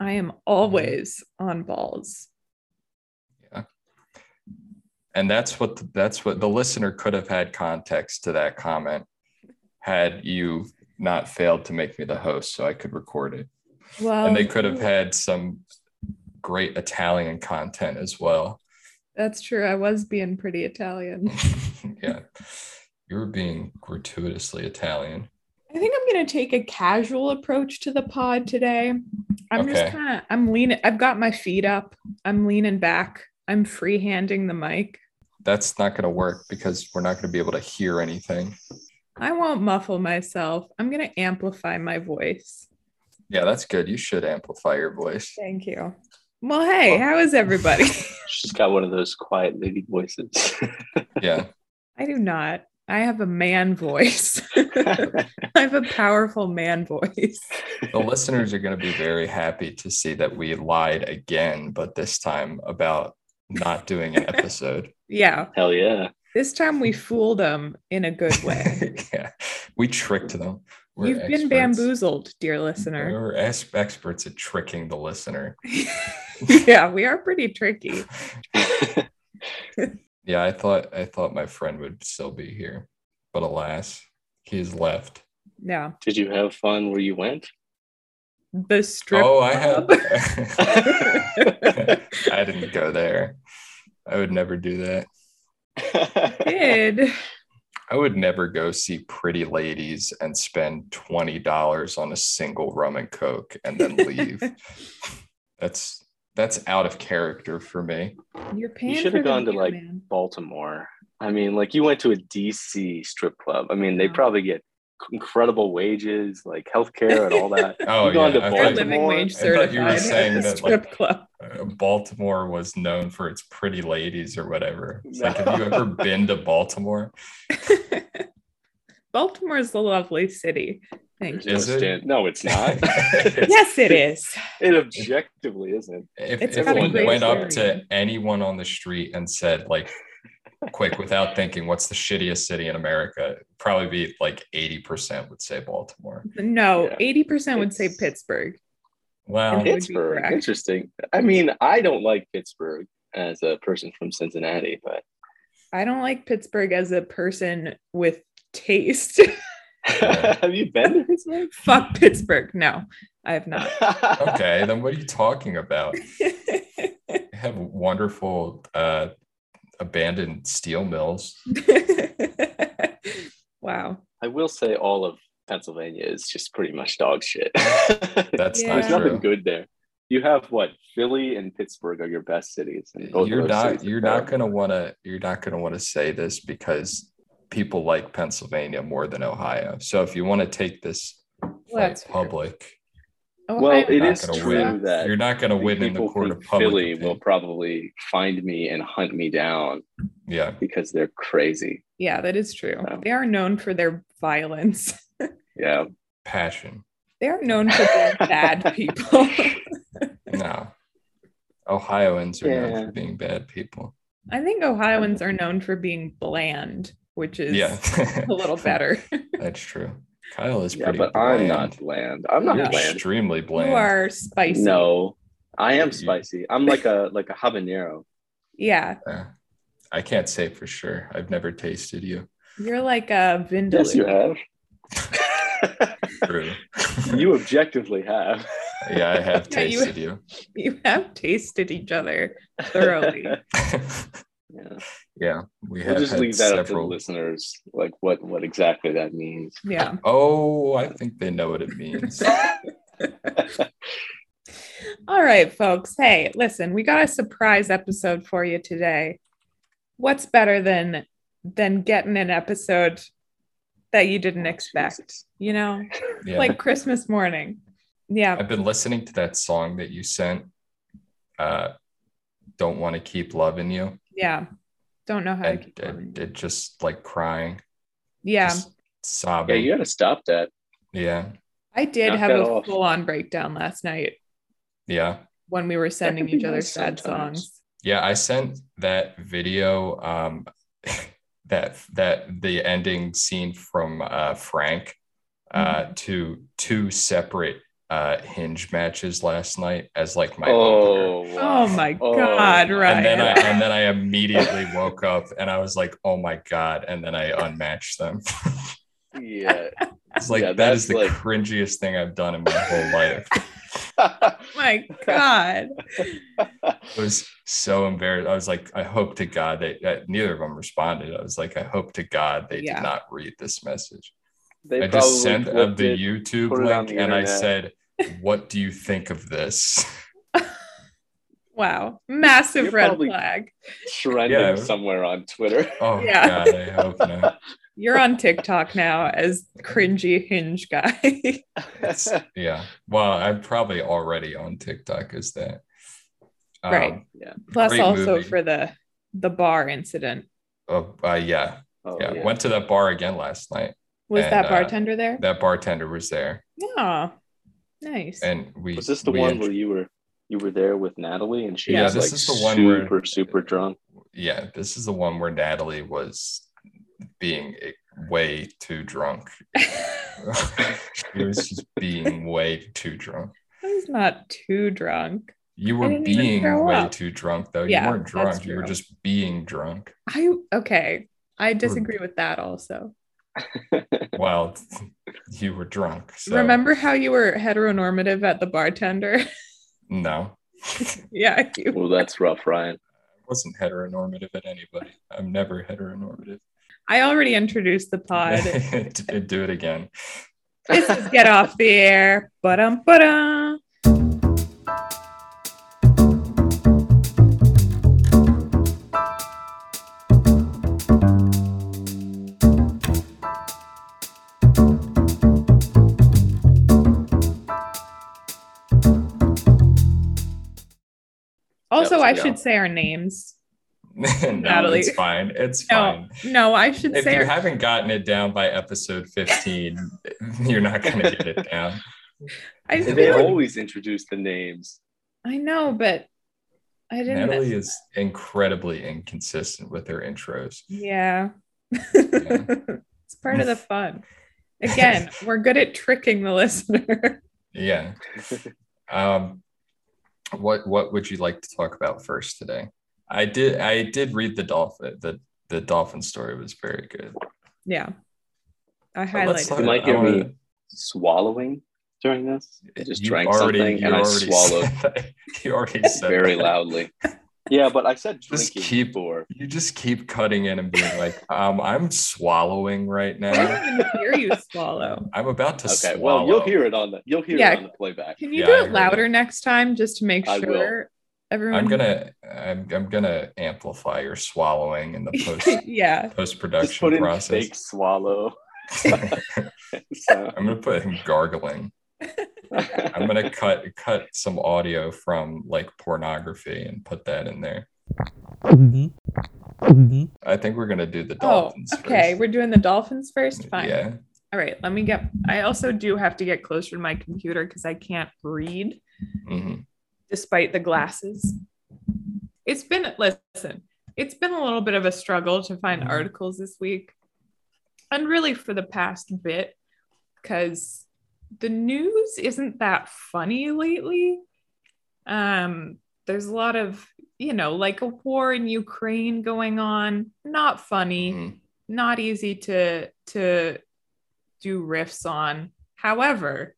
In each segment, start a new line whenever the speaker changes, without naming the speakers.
I am always on balls.
and that's what the, that's what the listener could have had context to that comment had you not failed to make me the host so i could record it
Well,
and they could have had some great italian content as well
that's true. I was being pretty Italian.
yeah you were being gratuitously italian
I think I'm gonna take a casual approach to the pod today. I'm
Okay.
just kind of I'm leaning. I've got my feet up. I'm leaning back. I'm freehanding the mic.
that's not going to work because we're not going to be able to hear anything
I won't muffle myself. I'm gonna amplify my voice.
yeah that's good you should amplify your voice
Thank you. Well, hey, how is everybody?
She's got one of those quiet lady voices.
yeah
I do not. I have a man voice. I have a powerful man voice.
the listeners are going to be very happy to see that we lied again but this time about not doing an episode
Yeah.
Hell yeah.
This time we fooled them in a good way.
yeah, we tricked them.
You've been bamboozled, dear listener.
We're ex- experts at tricking the listener.
yeah, we are pretty tricky.
Yeah, I thought I thought my friend would still be here, but alas, he's left.
Yeah.
Did you have fun where you went?
The strip.
oh, I
club.
had. I didn't go there. I would never do that.
Did.
I would never go see pretty ladies and spend twenty dollars on a single rum and coke and then leave. that's that's out of character for me.
You're paying
should've
for the
gone to,
beer,
like-
man.
Baltimore. I mean, like you went to a DC strip club. I mean, they
Yeah.
probably get incredible wages, like healthcare and all that.
Oh
You gone
yeah,
to
They're
I thought-
Baltimore?
living wage
I thought
certified
you were saying
at the
that,
strip club.
uh, Baltimore was known for its pretty ladies or whatever. It's like,
No.
have you ever been to Baltimore?
Baltimore is a lovely city. Thank you.
Is
There's no
it?
stand- No, it's not.
It's-
Yes, it is.
it objectively isn't.
If,
It's
if
got a
one
great
went up to anyone on the street and said, like, quick, without thinking, what's the shittiest city in America? Probably be like 80% would say Baltimore.
No,
Yeah.
80% would say
It's-
Pittsburgh.
Well,
would be
Pittsburgh.
correct.
Interesting. I mean, I don't like Pittsburgh as a person from Cincinnati, but
I don't like Pittsburgh as a person with taste.
Yeah.
have you been to Pittsburgh?
Fuck Pittsburgh. No, I have not.
okay, then what are you talking about? They have wonderful uh, abandoned steel mills.
wow.
I will say all of Pennsylvania is just pretty much dog shit.
That's
Yeah.
There's
not true.
nothing good there. You have what Philly and Pittsburgh are your best cities, and both of
you're
those
not
cities are
you're not
terrible.
gonna wanna you're not gonna wanna say this because people like Pennsylvania more than Ohio. So if you want to take this
Well,
fight
that's fair.
public,
Well,
Ohio-
it
not
is
gonna
true
win.
that
you're not gonna
the
win in the
people
court
from
of public.
Philly
opinion.
will probably find me and hunt me down
yeah,
because they're crazy.
yeah, that is true.
No.
They are known for their violence.
Yeah,
passion.
They are known for being bad people.
No. Ohioans are known
Yeah.
for being bad people.
I think Ohioans are known for being bland, which is
Yeah.
a little better.
That's true. Kyle is
yeah,
pretty
but I'm
bland.
not bland. I'm not
You're
bland.
extremely bland.
You are spicy.
No, I am
You-
spicy. I'm like a like a habanero.
Yeah.
Yeah. I can't say for sure. I've never tasted you.
You're like a vindaloo.
Yes, you have.
True.
you objectively have.
yeah, I have
Yeah, you-
tasted
you have tasted each other thoroughly.
you.
yeah.
Yeah, we
We'll
have
just
had
leave that up to the
several.
listeners, like what what exactly that means.
Yeah.
oh, I think they know what it means.
All right, folks. Hey, listen, we got a surprise episode for you today. What's better than than getting an episode that you didn't expect?
Oh, Jesus.
You know,
Yeah,
like Christmas morning. Yeah.
I've been listening to that song that you sent. Uh, don't want to keep loving you,
Yeah. Don't know how to
and
keep going.
it, it just like crying,
Yeah.
just
Yeah,
sobbing.
you
Yeah,
gotta stop that.
yeah,
I did
knock
have
that
a
off.
full on breakdown last night
yeah,
when we were sending
can be
each other
nice
sad
sometimes.
songs.
I sent that video. Um, that that the
Mm-hmm.
ending scene from uh, Frank uh, to two separate uh, hinge matches last night as like my opener.
oh, wow.
Oh my
Oh,
God,
wow.
Ryan.
and then I and then I immediately woke up and I was like, oh my god! And then I unmatched them.
Yeah.
it's like
Yeah,
that is
that's
the
like-
cringiest thing I've done in my whole life.
my God.
It was so embarrassed. I was like, I hope to God they that neither of them responded. I was like, I hope to God they
Yeah.
did not read this message.
They
I just
probably
sent them
flipped
the
it.
YouTube
put it on
link
the
and I
internet.
said, What do you think of this?
Wow. Massive
You're
red
probably-
flag.
trending
Yeah.
somewhere on Twitter.
Oh
Yeah.
God, I hope not.
You're on TikTok now as cringy hinge guy.
It's- yeah. Well, I'm probably already on TikTok as that. Um,
Right.
yeah.
Plus
Great
also
movie.
for the the bar incident.
Oh, uh, yeah,
Oh,
yeah. Went to that bar again last night.
Was
And,
that
uh,
bartender there?
That bartender was there,
Yeah. Nice.
and we
Was this the
we
one
int-
where you were you were there with Natalie and she
Yeah,
was
this
like
is the one where-
super super drunk?
yeah, this is the one where Natalie was being eh, way too drunk.
I
she was just being way too drunk.
was not too drunk.
You
I
were
didn't even
being
throw
way
up.
too drunk, though.
Yeah,
you weren't
that's
drunk. You were
true.
just being drunk.
I okay.
Hmm.
I disagree with that also.
Well, you were drunk. So
Remember how you were heteronormative at the bartender?
No,
yeah, you
Well, that's rough, Ryan.
I wasn't heteronormative at anybody. I'm never heteronormative.
I already introduced the pod.
D- Do it again.
this is get off the air. But um but um Also,
was
I
a go.
should say our names.
no,
Natalie.
it's fine. It's
No,
fine.
No, I should
If
say
you
our
haven't gotten it down by episode 15, you're not going to get it down.
I
If
feel
They
like-
always introduce the names.
I know, but I didn't.
Natalie is incredibly inconsistent with her intros.
yeah.
Yeah.
it's part of the fun. Again, we're good at tricking the listener.
Yeah. Um, what what would you like to talk about first today? I did I did read the dolphin the the dolphin story was very good.
yeah. I
But
highlighted
let's talk-
it.
You might
I
hear
wanna-
me swallowing during this. I just
you
drank
already-
something
you
and I
already
swallowed
said that. You already said
very
that.
loudly. Yeah, but I said
Just
drinking
keep-
before.
You just keep cutting in and being like, um, I'm swallowing right
I
now.
didn't even hear you swallow.
I'm about to
Okay,
swallow.
well, you'll hear it on the you'll hear
Yeah.
it on the playback.
Can you
Yeah, I
do
heard
it louder next time just to make
I will.
sure everyone?
I'm gonna I'm, I'm gonna amplify your swallowing in the post
yeah.
post
Just
production
put in
process.
fake swallow.
I'm
So-
gonna put him gargling. I'm gonna cut cut some audio from like pornography and put that in there. I think we're gonna do the
Oh,
dolphins.
okay.
first.
we We're doing the dolphins first. Fine.
Yeah.
All right. Let me get. I also do have to get closer to my computer because I can't read.
hmm
despite the glasses. It's been, listen, it's been a little bit of a struggle to find articles this week and really for the past bit because the news isn't that funny lately. Um, there's a lot of, you know, like a war in Ukraine going on, not funny
Mm-hmm.
not easy to to do riffs on. However,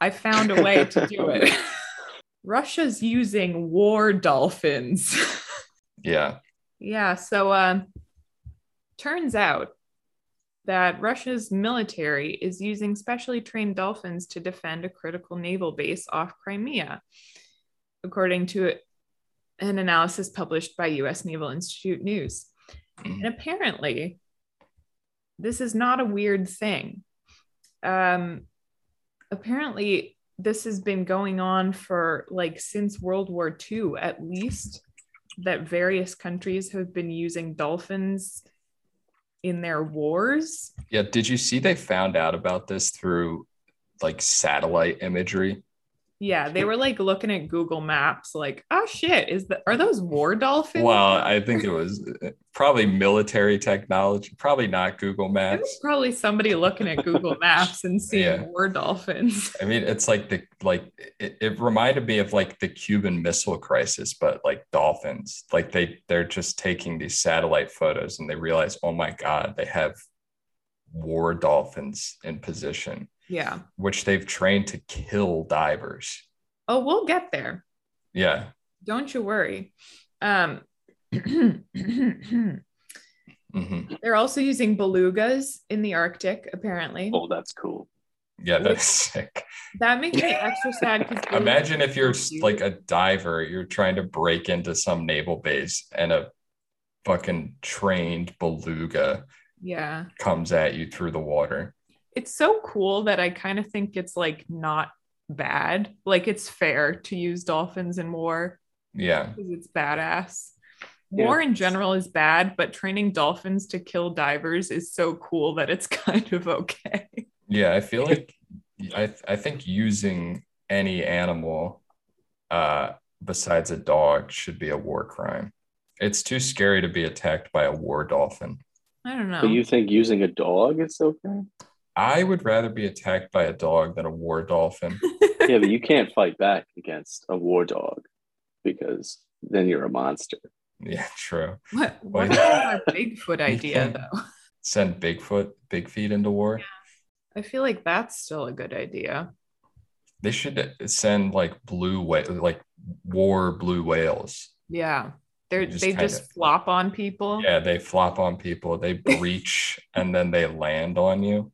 I found a way to do it. Russia's using war dolphins.
Yeah.
yeah, so um turns out that Russia's military is using specially trained dolphins to defend a critical naval base off Crimea, according to an analysis published by US Naval Institute News.
Mhm.
And apparently, this is not a weird thing. Um, apparently, this has been going on for like since World War II, at least, that various countries have been using dolphins in their wars.
Yeah. Did you see they found out about this through like satellite imagery?
Yeah, they were like looking at Google Maps, like, oh shit, is that are those war dolphins?
Well, I think it was uh, probably military technology, probably not Google
It was
Maps.
probably somebody looking at Google Maps and seeing
Yeah.
war dolphins.
I mean, it's like the like it, it reminded me of like the Cuban Missile Crisis, but like dolphins. Like they they're just taking these satellite photos and they realize, oh my god, they have war dolphins in position,
Yeah.
which they've trained to kill divers.
Oh, we'll get there.
Yeah,
Don't you worry. Um,
hmm
they're also using belugas in the Arctic, apparently.
Oh, that's cool.
yeah, that's sick.
That makes me extra sad because
Imagine if you're s- like a diver, you're trying to break into some naval base and a fucking trained beluga
yeah,
comes at you through the water.
it's so cool that I kind of think it's like not bad. Like it's fair to use dolphins in war
Yeah.
because it's badass.
Yeah.
War in general is bad, but training dolphins to kill divers is so cool that it's kind of okay.
Yeah, I feel like I I think using any animal uh besides a dog should be a war crime. It's too scary to be attacked by a war dolphin.
I don't know.
But you think using a dog is okay?
I would rather be attacked by a dog than a war dolphin.
yeah, but you can't fight back against a war dog because then you're a monster.
Yeah, true.
what
Why-
what about our Bigfoot idea
can't-
though?
Send Bigfoot, Bigfeet into war.
I feel like that's still a good idea.
They should send like blue whale, like war blue whales.
Yeah. They're,
You just
they
kinda-
just flop on people.
Yeah, they flop on people, they breach, and then they land on you.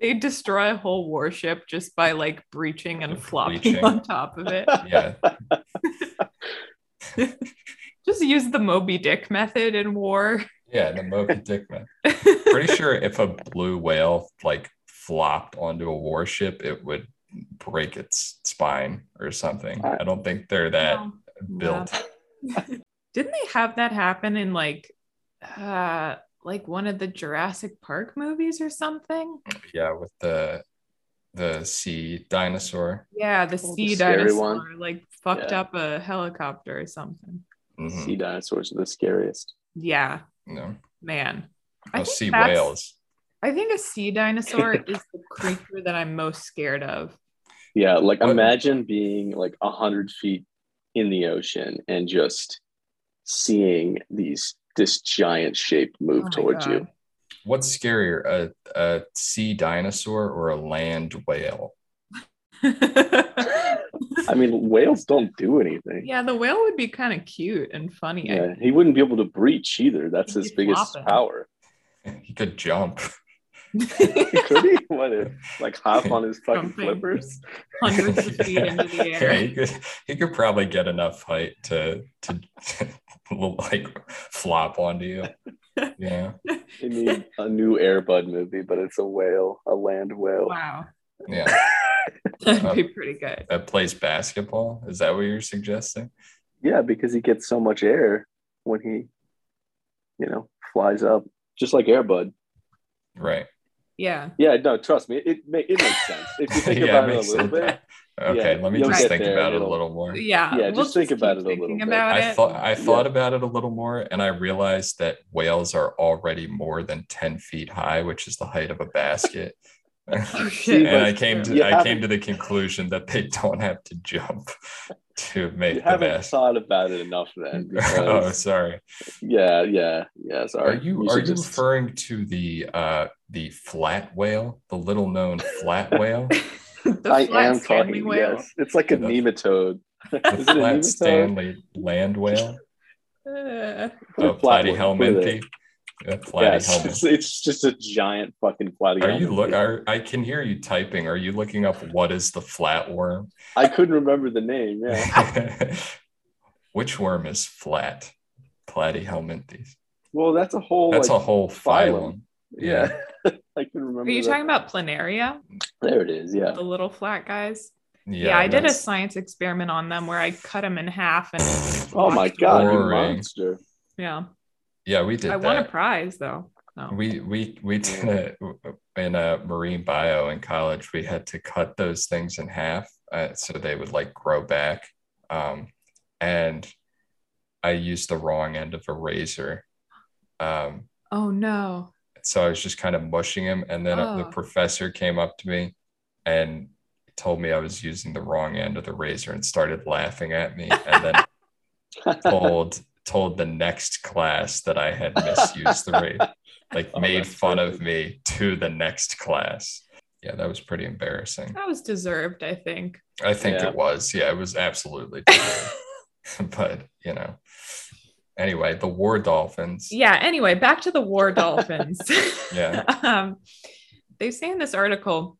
They destroy a whole warship just by like breaching and flopping
Breaching.
on top of it.
Yeah,
Just use the Moby Dick method in war.
yeah, the Moby Dick man. pretty sure if a blue whale like flopped onto a warship, it would break its spine or something. I don't think they're that
Oh.
No.
built.
Didn't they have that happen in like uh like one of the Jurassic Park movies or something?
Yeah, with the the sea dinosaur.
Yeah, the
Oh, the
sea
scary
dinosaur
one.
like fucked
Yeah.
up a helicopter or something.
Mhm.
Sea dinosaurs are the scariest.
Yeah,
No,
man. I
oh,
think
sea
that's-
whales.
I think a sea dinosaur is the creature that I'm most scared of.
Yeah, like
What-
imagine being like a hundred feet in the ocean and just seeing these this giant shape move
Oh my
towards you.
God.
What's scarier, a a sea dinosaur or a land whale?
I mean, whales don't do anything.
yeah, the whale would be kind of cute and funny. I-
Yeah, he wouldn't be able to breach either. That's
He'd
his
be
biggest
flopping.
power.
He could jump.
Could he? What if, like hop on his fucking
Something.
flippers?
Hundreds of feet into the air.
Yeah, he could he could probably get enough height to to like flop onto you. Yeah.
They need a new Air Bud movie, but it's a whale, a land whale.
Wow,
Yeah.
that'd be pretty good.
that plays basketball. Is that what you're suggesting?
Yeah, because he gets so much air when he, you know, flies up, just like Air Bud.
Right.
Yeah,
Yeah, no, trust me, it ma- it makes sense if you think
Yeah,
about
it
it a
makes
little bit.
sense. Okay,
Yeah,
let me
you'll
just
get
think
there,
about it a
it'll-
little more.
yeah.
Yeah, just think
keep
about it a little
thinking
bit.
about
I
it.
thought I thought about it a little more and I realized that whales are already more than 10 feet high, which is the height of a basket.
Oh,
See,
shit.
and
but
I came to
you
I
haven't-
came to the conclusion that they don't have to jump to
You
make the
haven't
basket.
thought about it enough then.
oh,
Because,
sorry.
yeah, yeah, yeah.
Are
Sorry.
you are
should
you
just-
referring to the uh the flat whale, the little known flat whale?
the
I
flat
am
Stanley
talking.
whale.
Yes, it's like a
The-
nematode.
the
Is it a
flat
nematode?
Stanley land whale, Oh,
Uh,
Or
the
a flat
platy
one? What is
helminthi,
it?
the
Yeah,
platy
it's,
helminth.
just, it's just a giant fucking platy.
Are you
helminth.
look? Are, I can hear you typing. Are you looking up what is the flatworm?
I couldn't remember the name. Yeah.
Which worm is flat? Platy helminthes.
Well, that's a whole.
That's
like,
a whole phylum.
phylum. Yeah. I can remember.
are you
that.
talking about planaria?
There it is. Yeah.
The little flat guys.
Yeah,
Yeah, I did a
that's-
science experiment on them where I cut them in half and
Oh my god, you
Boring.
monster!
yeah.
Yeah, we did
I won a
that.
prize though. No.
we we we did a, in a marine bio in college. We had to cut those things in half uh, so they would like grow back. Um, and I used the wrong end of a razor. Um,
Oh no.
so I was just kind of mushing him. And then uh, the
Oh.
professor came up to me and told me I was using the wrong end of the razor and started laughing at me. And then told told the next class that I had misused the razor, like
Oh,
made
that's
fun of
perfect.
me to the next class. Yeah, that was pretty embarrassing.
That was deserved, I think.
I think
Yeah.
it was. Yeah, it was absolutely. but you know, anyway, the war dolphins.
yeah, anyway, back to the war dolphins.
Yeah.
um, they say in this article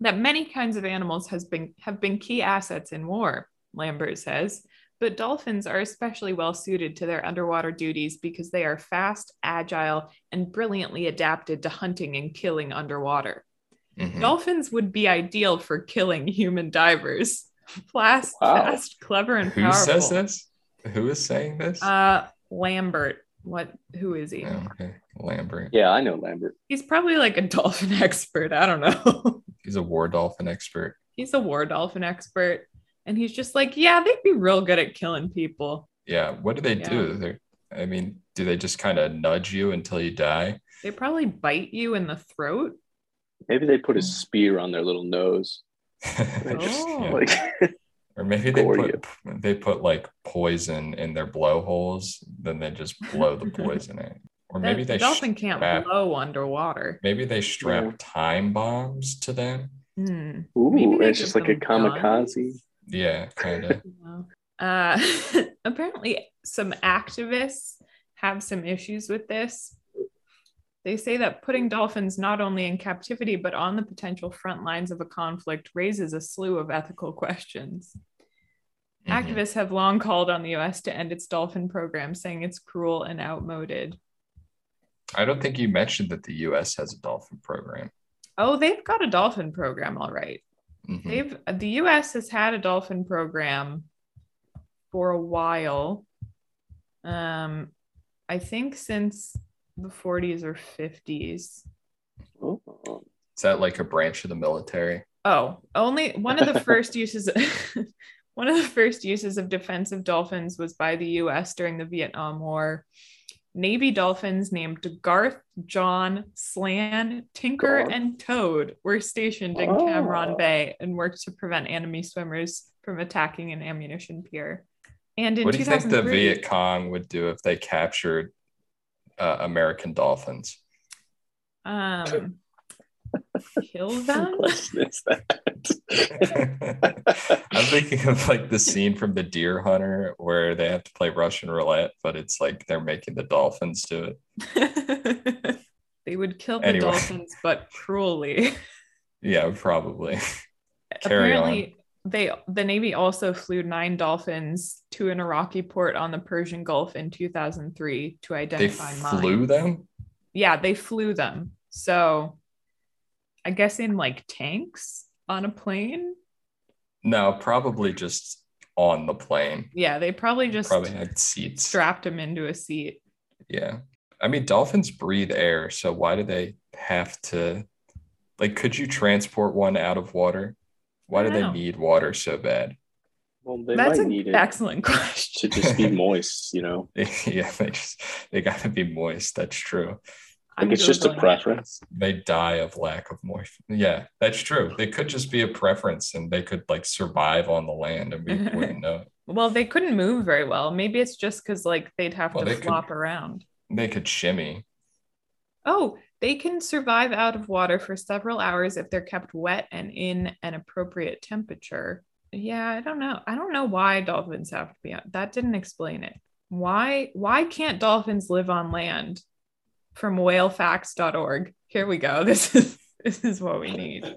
that many kinds of animals has been have been key assets in war, Lambert says, but dolphins are especially well suited to their underwater duties because they are fast, agile, and brilliantly adapted to hunting and killing underwater.
Mhm.
Dolphins would be ideal for killing human divers. Fast,
Wow.
fast, clever, and
Mm-hmm. Who
powerful.
says this? Who is saying this?
Uh, Lambert. What? Who is he?
Oh, okay. Lambert.
yeah, I know Lambert.
He's probably like a dolphin expert. I don't know.
He's a war dolphin expert.
he's a war dolphin expert, and he's just like, yeah, they'd be real good at killing people.
Yeah. What do they do? They're, I mean, do they just kind of nudge you until you die?
They probably bite you in the throat.
Maybe they put a spear on their little nose. They just,
Oh.
like,
Or maybe they
Gore
put they put like poison in their blowholes, then they just blow the poison in. Or
The-
maybe
the
they
dolphin
sh-
can't
strap-
blow underwater.
maybe they strap
Yeah.
time bombs to them.
Hmm. Maybe
ooh,
they
it's just
give
like a
them guns.
kamikaze.
Yeah, kind of.
No. Uh, apparently, some activists have some issues with this. They say that putting dolphins not only in captivity but on the potential front lines of a conflict raises a slew of ethical questions.
Mm-hmm.
Activists have long called on the US to end its dolphin program, saying it's cruel and outmoded.
I don't think you mentioned that the U.S. has a dolphin program.
Oh, they've got a dolphin program, all right.
Mhm.
They've the US has had a dolphin program for a while. Um I think since the 40s or 50s.
Oh,
Is that like a branch of the military?
Oh, only one of the first uses one of the first uses of defensive dolphins was by the US during the Vietnam War. Navy dolphins named Garth, John, Slan, Tinker,
Garth.
and Toad were stationed in Cameron
Oh.
Bay and worked to prevent enemy swimmers from attacking an ammunition pier. And in
what do you think the
2003
Viet Cong would do if they captured uh, American dolphins?
um, kill them?
what question is that?
I'm thinking of like the scene from The Deer Hunter where they have to play Russian roulette, but it's like they're making the dolphins do it.
they would kill the
Anyway.
dolphins, but cruelly.
Yeah, probably. Carry
apparently they the navy also flew nine dolphins to an iraqi port on the persian gulf in 2003 to
They
identify mines
flew them.
yeah they flew them so i guess in like tanks on a plane
No, probably just on the plane.
yeah they probably just
probably had seats.
strapped him into a seat
Yeah. I mean, dolphins breathe air, so why do they have to? Like, could you transport one out of water? Why do they
No.
need water so bad?
well, they
that's
might
an
need it
excellent question
to just be moist, you know.
yeah, they just they got to be moist. That's true.
Like
I'm
it's just a
Googling it.
preference.
They die of lack of moisture. Yeah, that's true. They could just be a preference, and they could like survive on the land, and we wouldn't know. it.
well they couldn't move very well maybe it's just because like they'd have
Well,
to
they could-
flop around
They could shimmy.
Oh, they can survive out of water for several hours if they're kept wet and in an appropriate temperature. Yeah, I don't know. I don't know why dolphins have to be on. That didn't explain it. Why why can't dolphins live on land? From whalefacts.org. Here we go. This is this is what we need.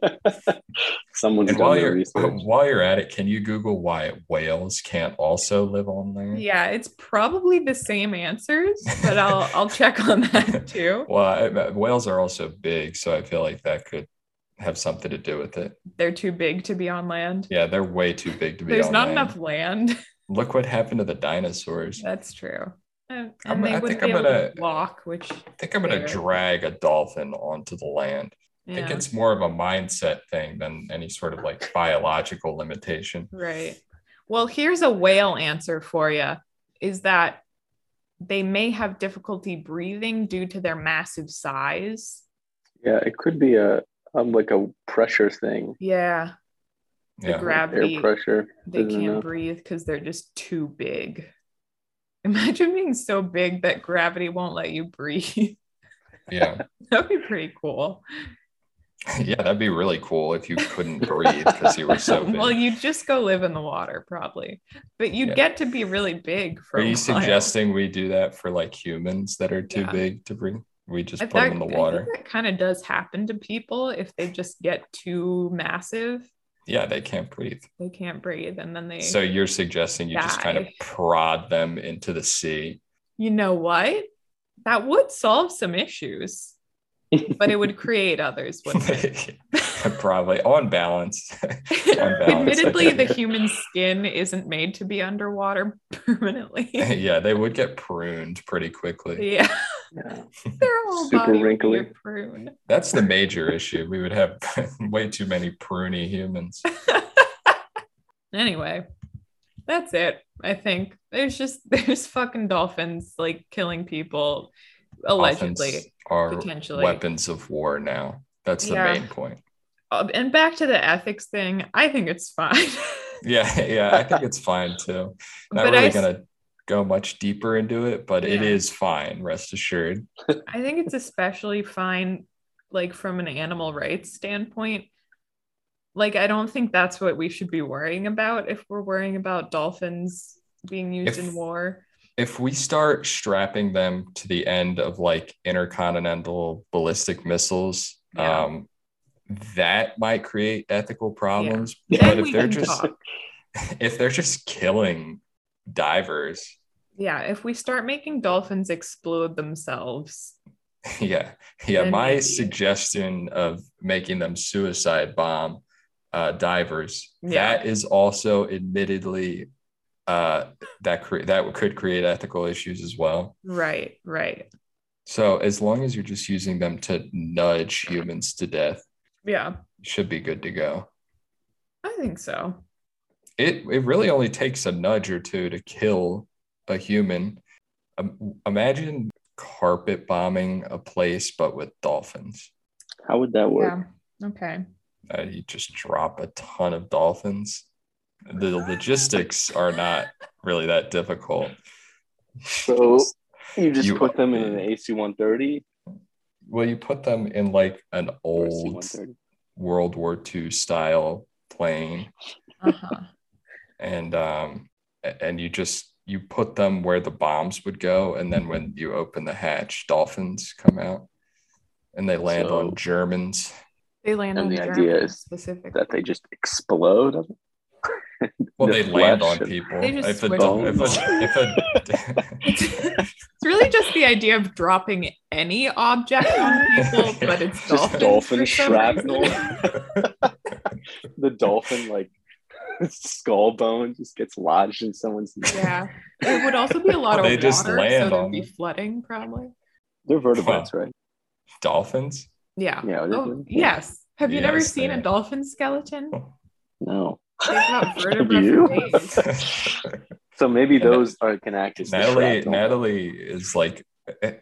Someone's
And while
done their
you're uh,
research.
while you're at it, can you Google why whales can't also live on land?
Yeah, it's probably the same answers, but I'll I'll check on that too.
Well, I, uh, whales are also big, so I feel like that could have something to do with it.
They're too big to be on land.
Yeah, they're way too big to be.
There's
on
not
land.
enough land.
Look what happened to the dinosaurs.
That's true. Oh, And, and
I'm-
they
I
wouldn't
think
be
I'm
able to
gonna-
walk, which
I think I'm gonna
Fair.
drag a dolphin onto the land. I
Yeah.
think it's more of a mindset thing than any sort of like biological limitation.
Right. Well, here's a whale answer for you is that they may have difficulty breathing due to their massive size.
Yeah, it could be a um, like a pressure thing.
Yeah.
Yeah.
gra- Gravity.
Air pressure.
They
Isn't
can't
enough.
breathe because they're just too big. Imagine being so big that gravity won't let you breathe.
Yeah.
That'd be pretty cool.
Yeah. That'd be really cool if you couldn't breathe because you were so big.
Well, you'd just go live in the water, probably. But you'd
Yeah.
get to be really big for
Are
a
you
while.
suggesting we do that for like humans that are too
Yeah.
big to bring? We just
I
put them
think-
in the
I think
water.
that kind of does happen to people if they just get too massive.
Yeah, they can't breathe.
They can't breathe, and then they.
So you're suggesting you just kind of
Die.
prod them into the sea.
you know what? That would solve some issues, but it would create others, wouldn't it?
Probably on balance. balance,
Admittedly,
I
the
think.
human skin isn't made to be underwater permanently.
yeah, they would get pruned pretty quickly.
yeah,
Yeah.
their whole
Super
body would be
wrinkly.
a prune.
That's the major issue. We would have way too many pruny humans.
Anyway, that's it. I think there's just there's fucking dolphins like killing people allegedly.
Dolphins are
potentially.
weapons of war now. That's the
Yeah.
main point.
Uh, and back to the ethics thing, I think it's fine.
Yeah, yeah, I think it's fine too. Not
but
really
I,
gonna go much deeper into it, but it
Yeah.
is fine. Rest assured.
I think it's especially fine, like from an animal rights standpoint. Like, I don't think that's what we should be worrying about if we're worrying about dolphins being used
If-
in war.
if we start strapping them to the end of like intercontinental ballistic missiles,
Yeah.
um, that might create ethical problems.
Yeah.
Then
But
we
if they're
can
just
talk.
if they're just killing divers,
yeah, if we start making dolphins explode themselves,
yeah, yeah.
Then
my
maybe.
suggestion of making them suicide bomb uh, divers
Yeah.
that is also admittedly uh, that cre- that could create ethical issues as well.
right, right.
So as long as you're just using them to nudge humans to death,
Yeah,
you should be good to go.
I think so.
It it really only takes a nudge or two to kill a human. Um, imagine carpet bombing a place but with dolphins.
How would that work?
Yeah. Okay.
Uh, you just drop a ton of dolphins. The logistics are not really that difficult.
So you just
You-
put them in an AC 130
Well, you put them in like an
or a C
old
130.
World War II style plane
Uh huh.
and um a- and you just you put them where the bombs would go and then when you open the hatch dolphins come out and they land
So-
on germans
they land
And
on
the
the
idea
idea
is
specifically.
That they just explode.
well
The
they land
flesh
on
and-
people
They just
if a,
switch
dol- if
them.
a, if a
It's really just the idea of dropping any object on people, but it's
Just
dolphins.
dolphin
for some
shrapnel.
reason.
The dolphin, like, skull bone just gets lodged in someone's neck.
Yeah, it would also be a lot of
They
water,
just land
so
on
there'd be
them.
flooding probably.
They're vertebrates, right?
dolphins
Yeah.
Yeah. they're-
Oh, yes. Have you never
Yes,
seen
they-
a dolphin skeleton?
No.
They've got
you?
vertebrae. for days.
So maybe
And
those are can act as the
natalie
shrapnel.
natalie is like eh,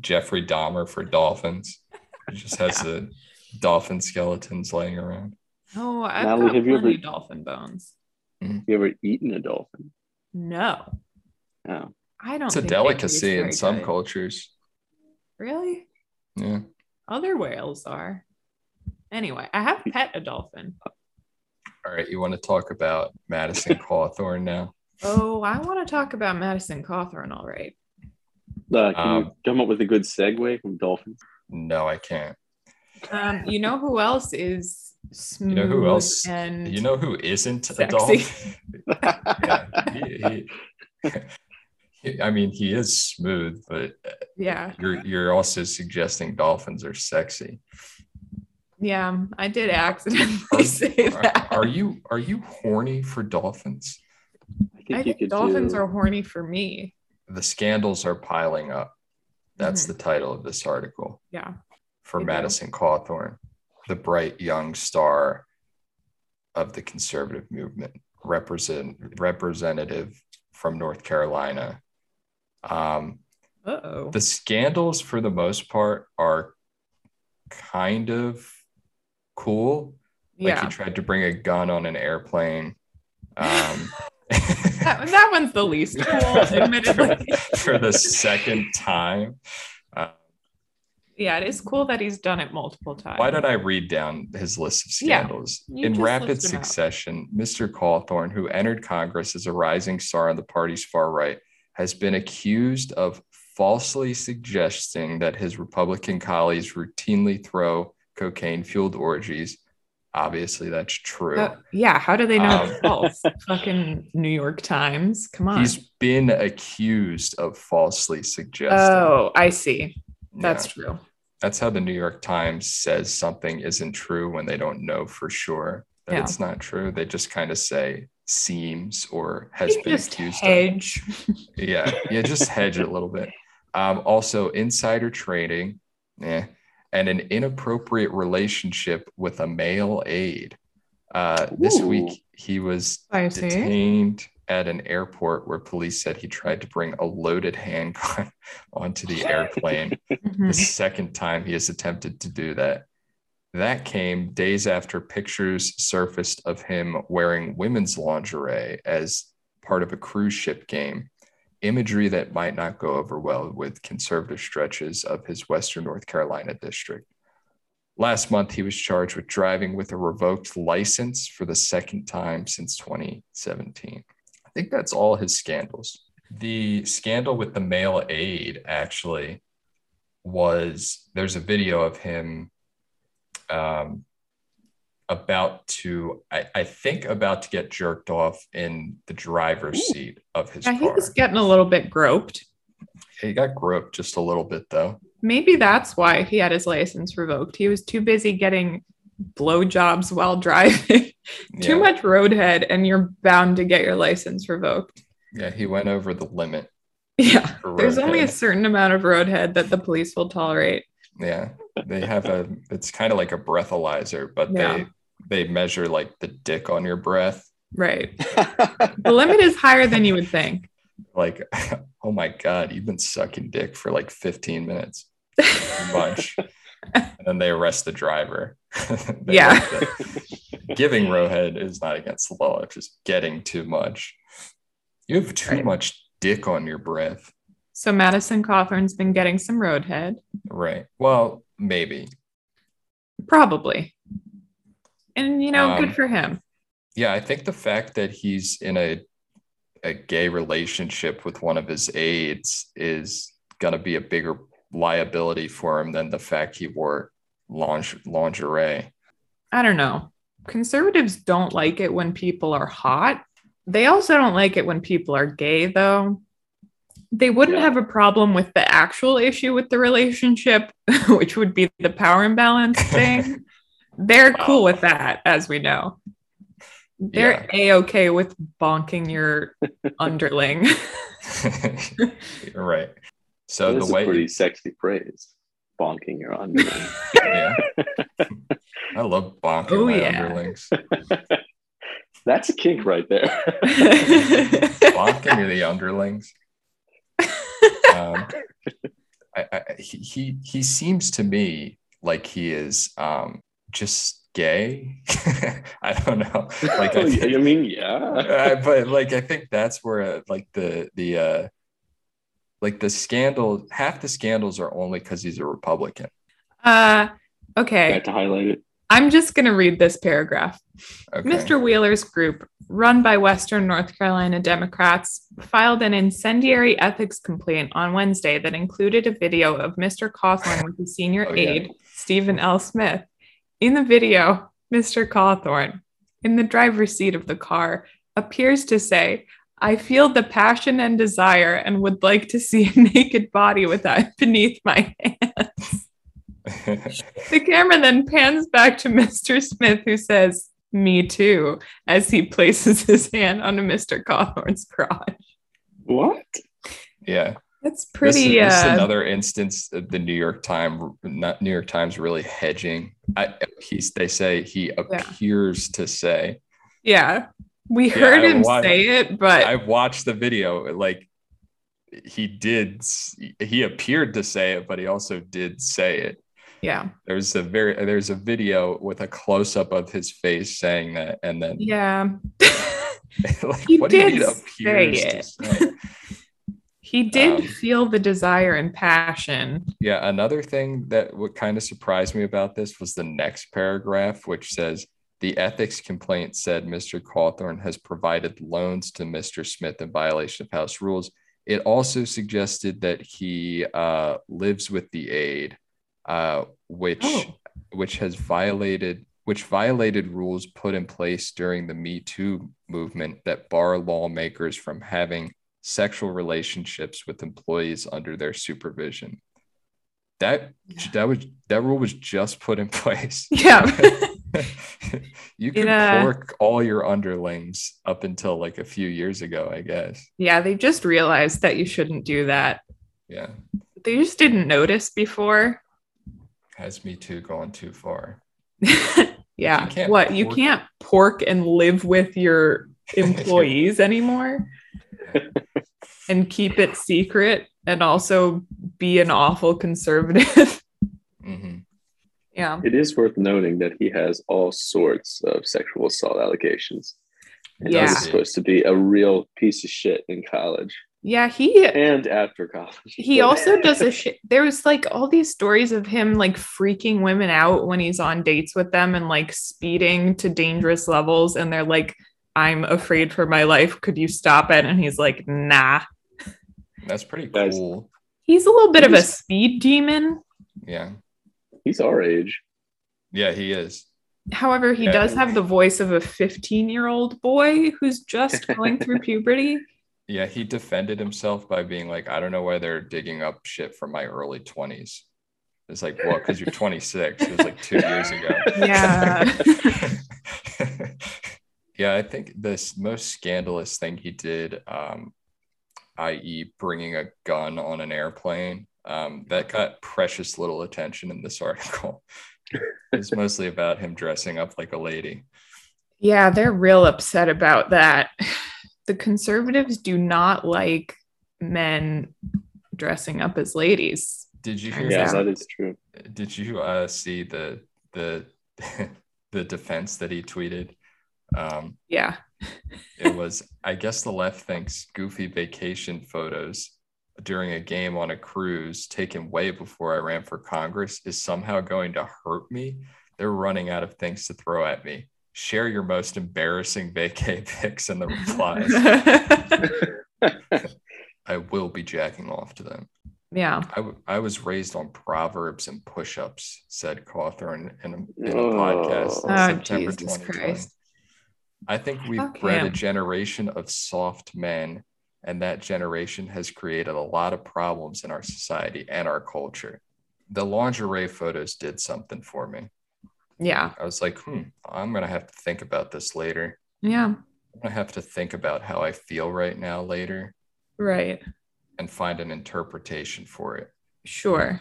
jeffrey dahmer for dolphins she just has the dolphin skeletons laying around
Oh, I've
Natalie,
got
have you
plenty
ever-
of dolphin bones.
You ever eaten a dolphin?
No,
No.
I don't.
it's a
think they taste
delicacy in
very
some
good.
cultures
Really,
yeah
other whales are. Anyway, I have pet a dolphin.
All right, you want to talk about Madison Cawthorn now?
Oh, I want to talk about Madison Cawthorn. All right.
Uh, can you
Um,
come up with a good segue from dolphins?
No, I can't.
Um, you know who else is smooth
know who else-
and
You know who isn't a
Mm. Sexy.
dolphin? yeah, he- he- he- I mean, he is smooth, but
yeah
you're you're also suggesting dolphins are sexy.
yeah I did accidentally say
Are,
that.
are you are you horny for dolphins?
I think
I
you
think
could
dolphins
do,
are horny for me.
The scandals are piling up. That's the title of this article
Mm-hmm. Yeah.
for
They do.
Madison Cawthorn. the bright young star of the conservative movement, represent representative from North Carolina. Um,
Uh oh.
the scandals, for the most part, are kind of cool. Like he
Yeah.
tried to bring a gun on an airplane. Um,
That, that one's the least cool, admittedly.
for the second time.
Yeah, it is cool that he's done it multiple times.
Why don't I read down his list of
Yeah,
scandals?
you
In
just
rapid
list them out.
succession, Mr. Cawthorn, who entered Congress as a rising star on the party's far right, has been accused of falsely suggesting that his Republican colleagues routinely throw cocaine fueled orgies. Obviously, that's true.
Uh, yeah, how do they know
Um,
it's false? Fucking New York Times. Come on.
He's been accused of falsely suggesting.
Oh, I see.
Yeah.
That's true.
that's how the New York Times says something isn't true when they don't know for sure that
Yeah.
it's not true. They just kind of say seems or has
You
been
just
accused
hedge.
of. Yeah, yeah, just hedge it a little bit. Um, also, insider trading, eh, and an inappropriate relationship with a male aide. Uh, this
Ooh.
week, he was
I see.
detained at an airport where police said he tried to bring a loaded handgun onto the airplane the
Mhm.
second time he has attempted to do that. That came days after pictures surfaced of him wearing women's lingerie as part of a cruise ship game, imagery that might not go over well with conservative stretches of his Western North Carolina district. Last month, he was charged with driving with a revoked license for the second time since 2017. I think that's all his scandals. The scandal with the male aide actually was there's a video of him um, about to, I, I think, about to get jerked off in the driver's
Ooh.
seat of his
Yeah, he
car.
was getting a little bit groped.
He got groped just a little bit though.
Maybe that's why he had his license revoked. He was too busy getting blowjobs while driving.
Yeah.
too much roadhead, and you're bound to get your license revoked.
Yeah, he went over the limit.
Yeah.
for
There's only a
roadhead.
certain amount of roadhead that the police will tolerate.
yeah. They have a it's kind of like a breathalyzer, but
Yeah.
they they measure like the dick on your breath.
Right. The limit is higher than you would think.
Like, oh my god, you've been sucking dick for like 15 minutes. Too much. and then they arrest the driver. They
Yeah.
like that. Giving roadhead is not against the law, it's just getting too much. You have too
Right.
much dick on your breath.
So Madison Cawthorn's been getting some roadhead.
Right. Well, maybe.
Probably. And you know,
Um,
good for him.
Yeah, I think the fact that he's in a a gay relationship with one of his aides is gonna be a bigger liability for him than the fact he wore linge- lingerie.
I don't know. Conservatives don't like it when people are hot. They also don't like it when people are gay, though. They wouldn't
Yeah.
have a problem with the actual issue with the relationship, which would be the power imbalance thing. They're cool
Wow.
with that, as we know. They're a okay with bonking your underling.
You're right. So
That's
the
a
way
pretty sexy phrase. Bonking your underwear.
yeah. I love bonking
Oh,
my
yeah.
underlings.
That's a kink right there.
bonking the underlings. Um, I, I, he, he he seems to me like he is um, just gay. I don't know, like I,
Oh, I
think,
mean, yeah.
I- but like I think that's where uh, like the the uh, like the scandal. Half the scandals are only because he's a Republican.
uh, okay.
Got to highlight it.
I'm just going to read this paragraph.
Okay.
Mr. Wheeler's group, run by Western North Carolina Democrats, filed an incendiary ethics complaint on Wednesday that included a video of Mr. Cawthorn with his senior
Oh, yeah.
aide, Stephen L. Smith. In the video, Mr. Cawthorn, in the driver's seat of the car, appears to say, I feel the passion and desire and would like to see a naked body without beneath my hand. The camera then pans back to Mr. Smith, who says, Me too, as he places his hand onto Mr. Cawthorn's crotch.
What?
yeah,
That's
This is-
pretty.
This is
uh,
another instance of the New York Times, not New York Times, really hedging. I, he's, they say he appears to say.
yeah, we heard
I
him
wa-
say it, but
I watched the video. Like he did, s- he appeared to say it, but he also did say it.
yeah,
There's a very, there's a video with a close up of his face saying that, and then
yeah.
like,
He
what do you
did
mean
say
appears to
it.
say?
he did
Um,
feel the desire and passion.
Yeah, another thing that what kind of surprised me about this was the next paragraph, which says the ethics complaint said Mr. Cawthorn has provided loans to Mr. Smith in violation of house rules. It also suggested that he uh, lives with the aide, uh, which
Oh.
which has violated which violated rules put in place during the Me Too movement that bar lawmakers from having sexual relationships with employees under their supervision. That
Yeah.
that was that rule was just put in place.
Yeah.
you could
uh,
cork all your underlings up until like a few years ago, I guess.
yeah, they just realized that you shouldn't do that.
Yeah,
They just didn't notice before.
has me too gone too far.
yeah.
You can't
what? you
pork-
can't pork and live with your employees anymore and keep it secret and also be an awful conservative.
hmm
yeah.
It is worth noting that he has all sorts of sexual assault allegations. And
Yeah.
he's supposed to be a real piece of shit in college
Yeah. He
and after college.
he also does a shit. There was like all these stories of him like freaking women out when he's on dates with them and like speeding to dangerous levels. And they're like, I'm afraid for my life. Could you stop it? And he's like, nah.
That's pretty
Guys.
cool.
He's a little bit of a
He's-
speed demon.
Yeah,
He's our age.
yeah, he is.
However, he
Yeah.
does have the voice of a 15 year old boy who's just going through puberty.
Yeah, he defended himself by being like, I don't know why they're digging up shit from my early 20s. It's like, well, because you're 26. It was like two years ago.
Yeah.
yeah, I think this most scandalous thing he did, um, i.e., bringing a gun on an airplane, um, that got precious little attention in this article. it's mostly about him dressing up like a lady.
Yeah, they're real upset about that. The conservatives do not like men dressing up as ladies.
Did you hear?
Turns
Yeah,
out.
that is true.
Did you uh, see the the the defense that he tweeted? Um,
Yeah.
it was i guess the left thinks goofy vacation photos during a game on a cruise taken way before i ran for congress is somehow going to hurt me they're running out of things to throw at me share your most embarrassing vacay pics in the replies i will be jacking off to them
yeah.
I w- I was raised on proverbs and push-ups said cawthorn in a, in a
Oh.
podcast in
Oh,
september
Jesus
2020
Christ.
i think we've
Fuck
bred a
him.
generation of soft men and that generation has created a lot of problems in our society and our culture the lingerie photos did something for me
Yeah.
i was like hmm i'm gonna have to think about this later
Yeah.
i'm gonna have to think about how i feel right now later
Right.
and find an interpretation for it
Sure.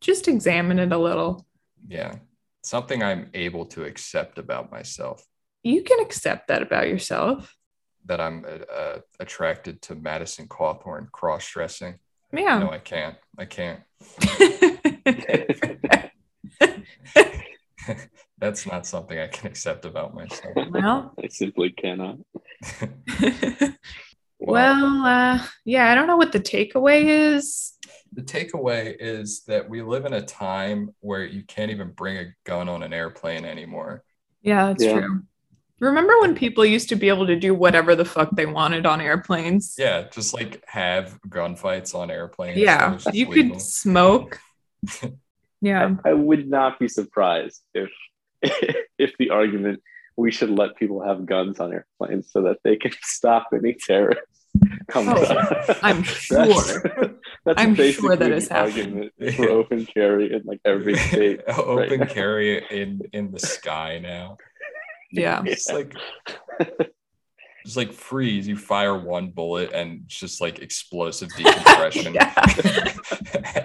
Just examine it a little.
yeah something i'm able to accept about myself
You can accept that about yourself.
that i'm uh, uh, attracted to madison cawthorn cross-dressing
Yeah.
no i can't i can't that's not something i can accept about myself
well,
I simply cannot.
well, uh, yeah, I don't know what the takeaway is.
the takeaway is that we live in a time where you can't even bring a gun on an airplane anymore
Yeah, that's
Yeah.
true. Remember when people used to be able to do whatever the fuck they wanted on airplanes?
yeah just like have gunfights on airplanes It
Yeah,
was just
you
legal.
could smoke. Yeah.
I, I would not be surprised if if the argument we should let people have guns on airplanes so that they can stop any terrorists comes
Oh,
up.
I'm
That's-
sure.
that's
I'm sure
basically
that
the
has happened.
argument for open carry in like every state.
open
now.
carry in in the sky now
Yeah.
it's like It's like freeze. You fire one bullet and it's just like explosive decompression.
Yeah.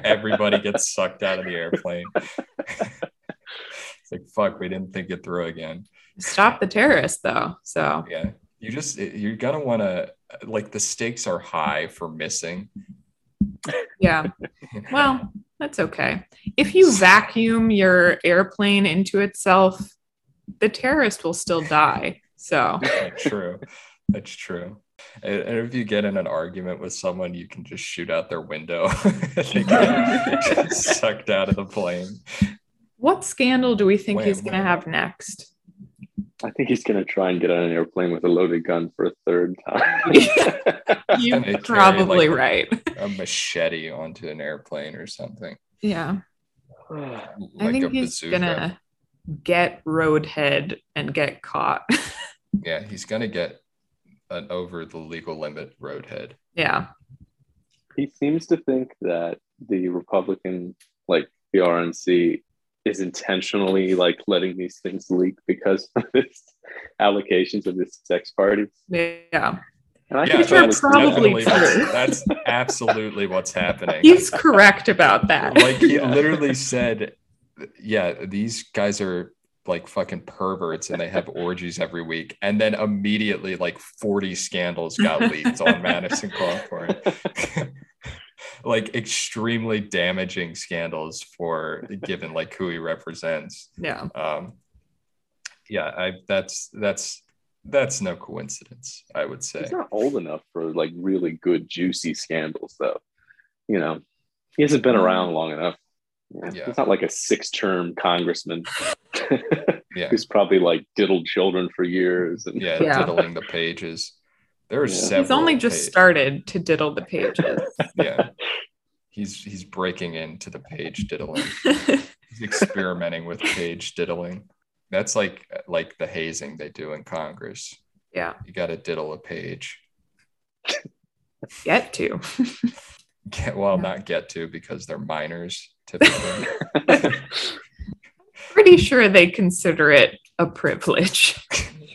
Everybody gets sucked out of the airplane. it's like fuck. We didn't think it through again.
Stop the terrorist though. So
Yeah. You just you're gonna want to like the stakes are high for missing.
yeah. Well, that's okay. If you vacuum your airplane into itself, the terrorist will still die. So
That's true. That's true. And and if you get in an argument with someone, you can just shoot out their window. they get just sucked out of the plane.
what scandal do we think
Wait,
he's gonna
wait.
have next?
I think he's gonna try and get on an airplane with a loaded gun for a third time.
And they
You're
carry,
probably
like,
right.
A machete onto an airplane or something.
Yeah.
Oh.
Like
I
a
think he's
bazooka.
gonna get roadhead and get caught.
Yeah, he's gonna get an over the legal limit roadhead.
yeah.
he seems to think that the Republican, like the RNC, is intentionally like letting these things leak because of his allocations of his sex parties.
Yeah.
And I
Yeah,
think
Which are
that
that's
was
probably
definitely
true.
what's- That's absolutely what's happening.
He's correct about that.
like he
Yeah.
literally said yeah these guys are like fucking perverts and they have orgies every week and then immediately like 40 scandals got leaked on Madison Cawthorn like extremely damaging scandals for given like who he represents
Yeah.
um yeah I that's that's that's no coincidence I would say
He's not old enough for like really good juicy scandals, though. You know, he hasn't been around long enough. Yeah.
Mm. Yeah.
He's not like a six-term congressman
yeah
who's probably like diddled children for years. And
yeah,
Yeah.
diddling the pages there are
Yeah. He's
several
He's only just
pa-
started to diddle the pages.
yeah he's he's breaking into the page diddling he's experimenting with page diddling that's like like the hazing they do in congress
yeah.
you got to diddle a page
Get to.
get well
Yeah.
not get to because they're minors typically
Pretty sure they consider it a privilege.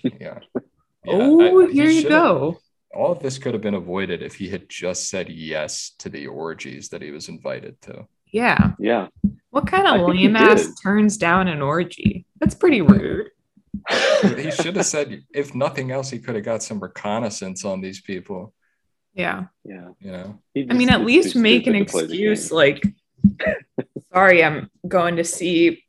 yeah, Yeah,
oh,
I- he
here you
should've-
go.
all of this could have been avoided if he had just said yes to the orgies that he was invited to
Yeah.
yeah.
What kind
I
of
think he
lame ass
did.
turns down an orgy? That's pretty rude.
he should have said if nothing else he could have got some reconnaissance on these people
Yeah.
yeah.
you know
He
I
just
mean, at
is
least
too
make an
stupid to play the
excuse
game.
like, sorry, I'm going to see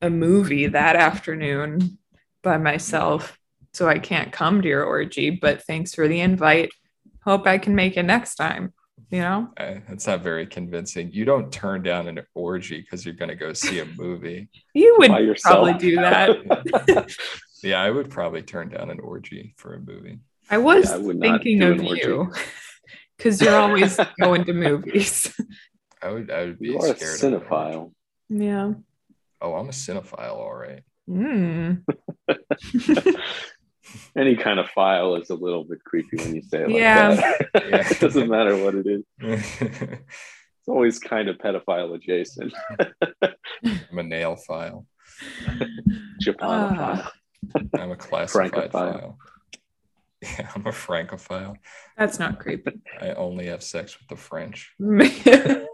a movie that afternoon by myself, so I can't come to your orgy, but thanks for the invite. Hope I can make it next time. You know?
Uh, that's not very convincing. You don't turn down an orgy because you're going to go see a movie.
You would
By yourself.
probably do that.
yeah, I would probably turn down an orgy for a movie.
I was
Yeah, I would not
thinking
do
of
an orgy.
you because you're always going to movies.
I would. I would be
You are a
scared. of an orgy.
cinephile.
Yeah.
Oh, I'm a cinephile. All right.
Mm.
Any kind of file is a little bit creepy when you say it like
Yeah.
that.
Yeah.
it doesn't matter what it is. It's always kind of pedophile adjacent.
I'm a nail file.
Ah.
Japanophile.
I'm a classified
Francophile.
file. Yeah, I'm a francophile.
That's not creepy.
I only have sex with the French.
yeah.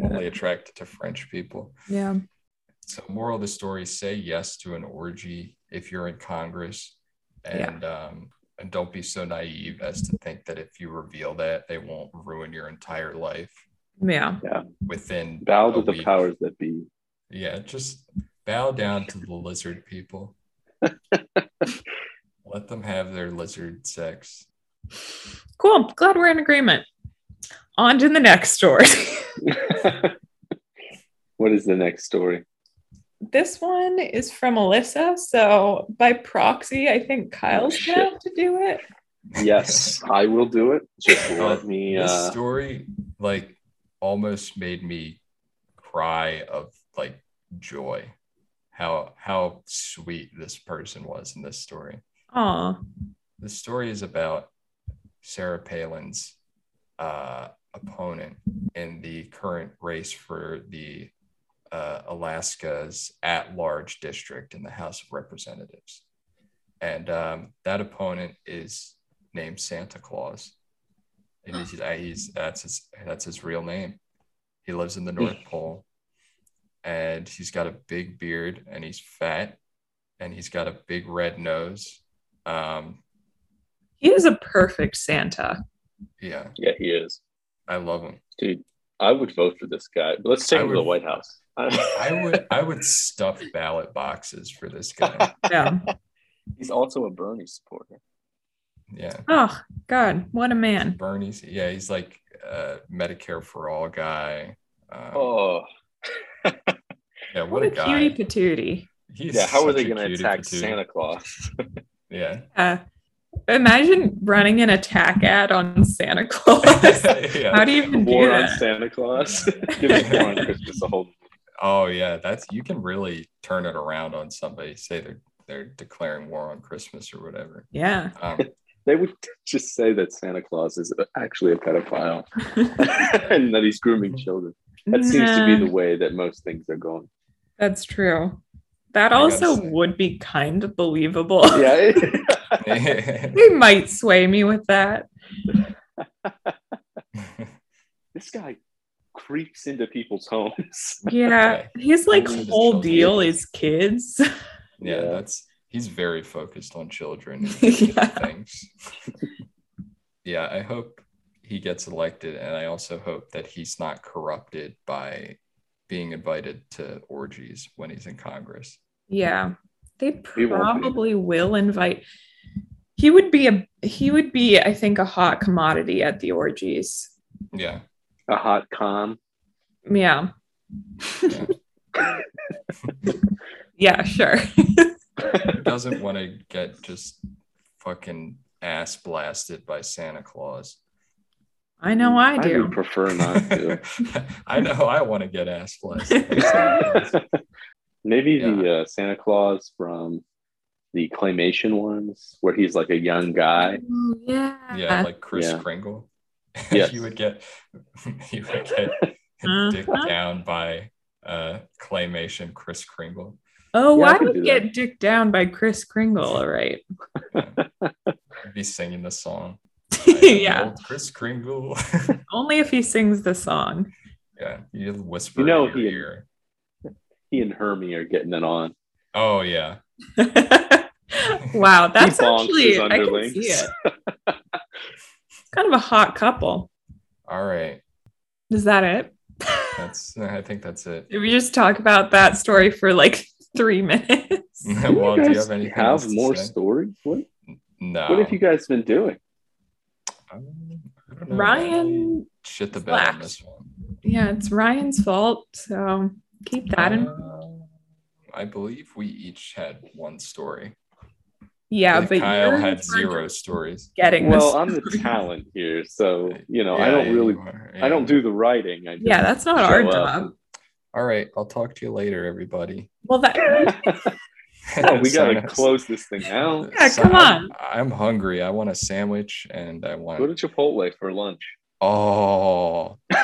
Only attracted to French people. So, moral of the story: say yes to an orgy if you're in Congress, and um, and don't be so naive as to think that if you reveal that, they won't ruin your entire life
Yeah.
within.
Bow
a
to the
week.
powers that be.
Yeah, just bow down to the lizard people. Let them have their lizard sex.
Cool. Glad we're in agreement. On to the next story.
what is the next story?
this one is from Alyssa. So by proxy, I think Kyle's gonna
Oh, shit.
have to do it.
Yes, I will do it. Just let
Uh,
me.
This
Uh,
story, like, almost made me cry of like joy. How how sweet this person was in this story.
Aw.
the story is about Sarah Palin's uh, opponent in the current race for the uh, Alaska's at-large district in the House of Representatives. and um, that opponent is named Santa Claus. And he's, uh, he's that's his that's his real name. He lives in the North Pole, and he's got a big beard, and he's fat, and he's got a big red nose. Um,
He is a perfect Santa.
yeah,
Yeah, he is.
I love him.
Dude, I would vote for this guy. But let's take
I
him to the
would-
White House.
I would I would stuff ballot boxes for this guy.
Yeah.
He's also a Bernie supporter.
Yeah.
oh God, what a man!
Bernie's yeah, he's like uh Medicare for all guy. Um,
Oh,
yeah, what,
What,
a,
a
guy.
cutie patootie.
He's
yeah. How are
such
they
a
going to
cutie
attack
patootie.
Santa Claus?
Yeah.
Uh, imagine running an attack ad on Santa Claus. How
yeah.
do you even do
War on
that?
Santa Claus? Give us war on Christmas a whole
Oh yeah, that's you can really turn it around on somebody. Say they're they're declaring war on Christmas or whatever.
Yeah.
Um,
They would just say that Santa Claus is actually a pedophile and that he's grooming children. That seems to be
Nah,
the way that most things are going.
That's true. That
I gotta
also
say.
would be kind of believable.
Yeah.
they might sway me with that.
this guy creeps into people's homes.
Yeah. He's like
Only the
whole
children.
deal is kids.
yeah,
Yeah.
that's he's very focused on children and
Yeah.
things. yeah, I hope he gets elected, and I also hope that he's not corrupted by being invited to orgies when he's in Congress.
Yeah. They
He won't be.
probably will invite he would be a he would be, I think, a hot commodity at the orgies.
Yeah,
A hot con.
Yeah. yeah, sure.
he doesn't want to get just fucking ass blasted by Santa Claus.
I know I
I would
do.
prefer not to.
I know I want to get ass blasted. by Santa Claus.
Maybe the uh, Santa Claus from the claymation ones, where he's like a young guy.
Oh, yeah.
Yeah, like Chris
Yeah.
Kringle.
Yes.
you would get you would get dicked
Uh-huh.
down by uh claymation Chris Kringle.
oh,
Yeah, I
why
could
would
do
get dicked down by Chris Kringle? All right.
He'd be singing the song. I am
yeah.
old Chris Kringle.
Only if he sings the song.
yeah. You'd whisper
You know
in your
he-
ear.
He and Hermie are getting it on.
Oh yeah.
wow, that's
bonks his
actually I can
underlings.
see it. kind of a hot couple.
All right.
Is that it?
That's I think that's it.
Did we just talk about that story for like three minutes?
well, do you have anything else
have
to
more
say?
stories? What?
No.
What have you guys been doing?
Um, I don't know, man.
Ryan,
shit the bed on
slacked.
this one.
yeah, it's Ryan's fault. So keep that in.
Uh, I believe we each had one story. I
Yeah, but
think Kyle
you're
had zero stories.
getting
Well,
this.
I'm the talent here, so you know I
Yeah,
don't
you
really.
are,
I don't
yeah.
do the writing. I just-
yeah, that's not our
Show up.
job.
All right, I'll talk to you later, everybody.
Well, that
Oh, we
Sign
gotta
us.
close this thing out.
Yeah,
So
come
I'm-
on.
I'm hungry. I want a sandwich, and I
Go to
want.
Chipotle for lunch.
Oh no!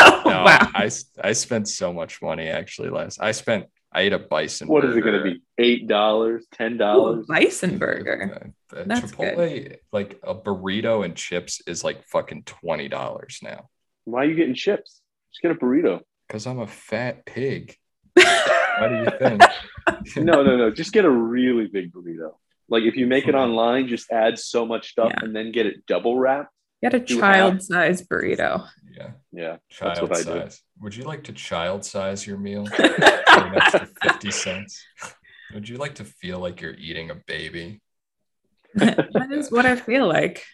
Oh, wow.
I I spent so much money actually last. I spent. I ate a bison.
What is it going to
burger.
be? Eight dollars, ten
Ooh,
dollars.
bison burger.
Uh, uh,
That's good.
Chipotle, like a burrito and chips, is like fucking twenty dollars now.
Why are you getting chips? Just get a burrito.
Because I'm a fat pig. What do you think?
No, no, no. Just get a really big burrito. Like if you make
Hmm.
it online, just add so much stuff and then get it double wrapped.
Get a
You have-
child sized burrito.
Yeah,
Yeah, That's
child
what I do.
size. Would you like to child size your meal for an extra fifty cents? Would you like to feel like you're eating a baby?
that is what I feel like.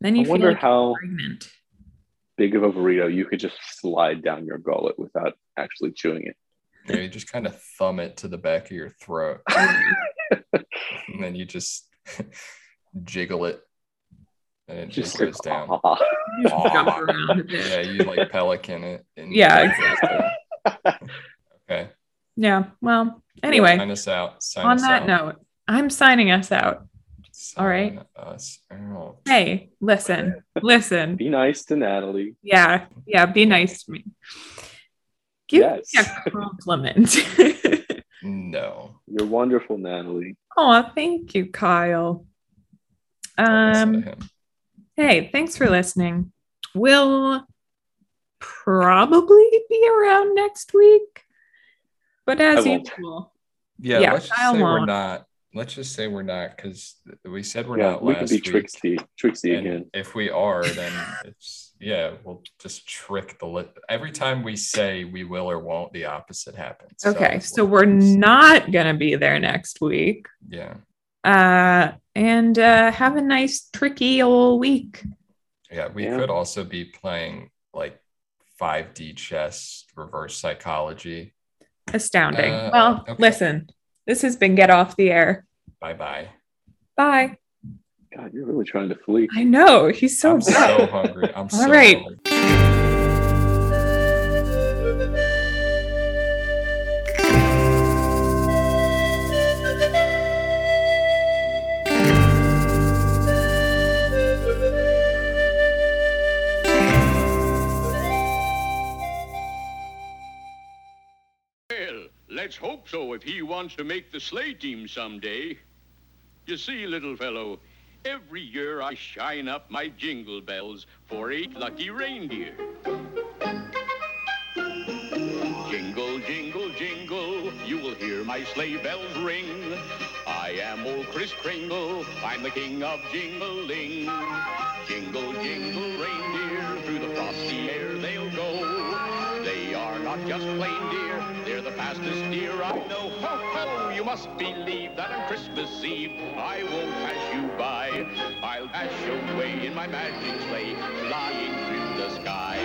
Then you
I
feel
wonder
like you're
how
pregnant.
big of a burrito you could just slide down your gullet without actually chewing it.
You, know, you just kind of thumb it to the back of your throat, and then you just jiggle it, and it just,
Just
goes down.
Ah.
You just jump
Aw.
around a bit.
Yeah, you like pelican it. And
Yeah,
okay.
Yeah. Well, anyway,
Sign us out. Sign
on
us
that
out.
note, I'm signing us out. all right.
Sign Us out.
Hey, listen, listen.
Be nice to Natalie.
Yeah. Yeah. Be nice to me. Give me
Yes.
a compliment.
No.
You're wonderful, Natalie.
Oh, thank you, Kyle.
I'll listen to
Um,
him.
hey, thanks for listening. We'll probably be around next week, but as
I won't.
usual,
yeah,
yeah,
let's just
Kyle
say we're
won't.
not. Let's just say we're not because we said we're
yeah,
not
we
last
can be
week.
tricksy, tricksy
And
again.
if we are, then it's yeah, we'll just trick the li- every time we say we will or won't, the opposite happens.
okay, so we're not gonna be there next week.
Yeah,
Uh, and uh, have a nice tricky old week.
yeah. We
Yeah.
could also be playing like 5D chess, reverse psychology.
Astounding.
Uh,
well,
okay.
listen, this has been get off the air.
Bye bye.
Bye.
God, you're really trying to flee.
I know he's so
I'm
rough.
so hungry. I'm so
right.
hungry.
Well, let's hope so if he wants to make the sleigh team someday. You see, little fellow, every year I shine up my jingle bells for eight lucky reindeer. Jingle, jingle, jingle, you will hear my sleigh bells ring. I am old Kris Kringle, I'm the king of jingling. Jingle, jingle, reindeer, through the frosty air they'll go. They are not just plain deer, they're the fastest deer I know. Ho, ho, you must believe that on Christmas Eve I won't pass you by. I'll dash away in my magic sleigh, flying through the sky.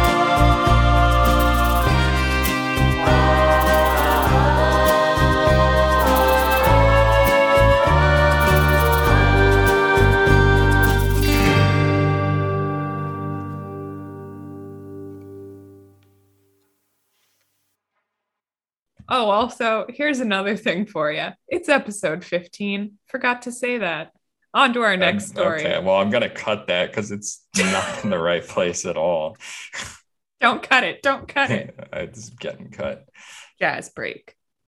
Oh, also, here's another thing for you. It's episode 15. Forgot to say that. On to our next
Um,
story.
Okay, well, I'm gonna cut that because it's not in the right place at all.
Don't cut it. Don't cut it.
it's getting cut.
Jazz break.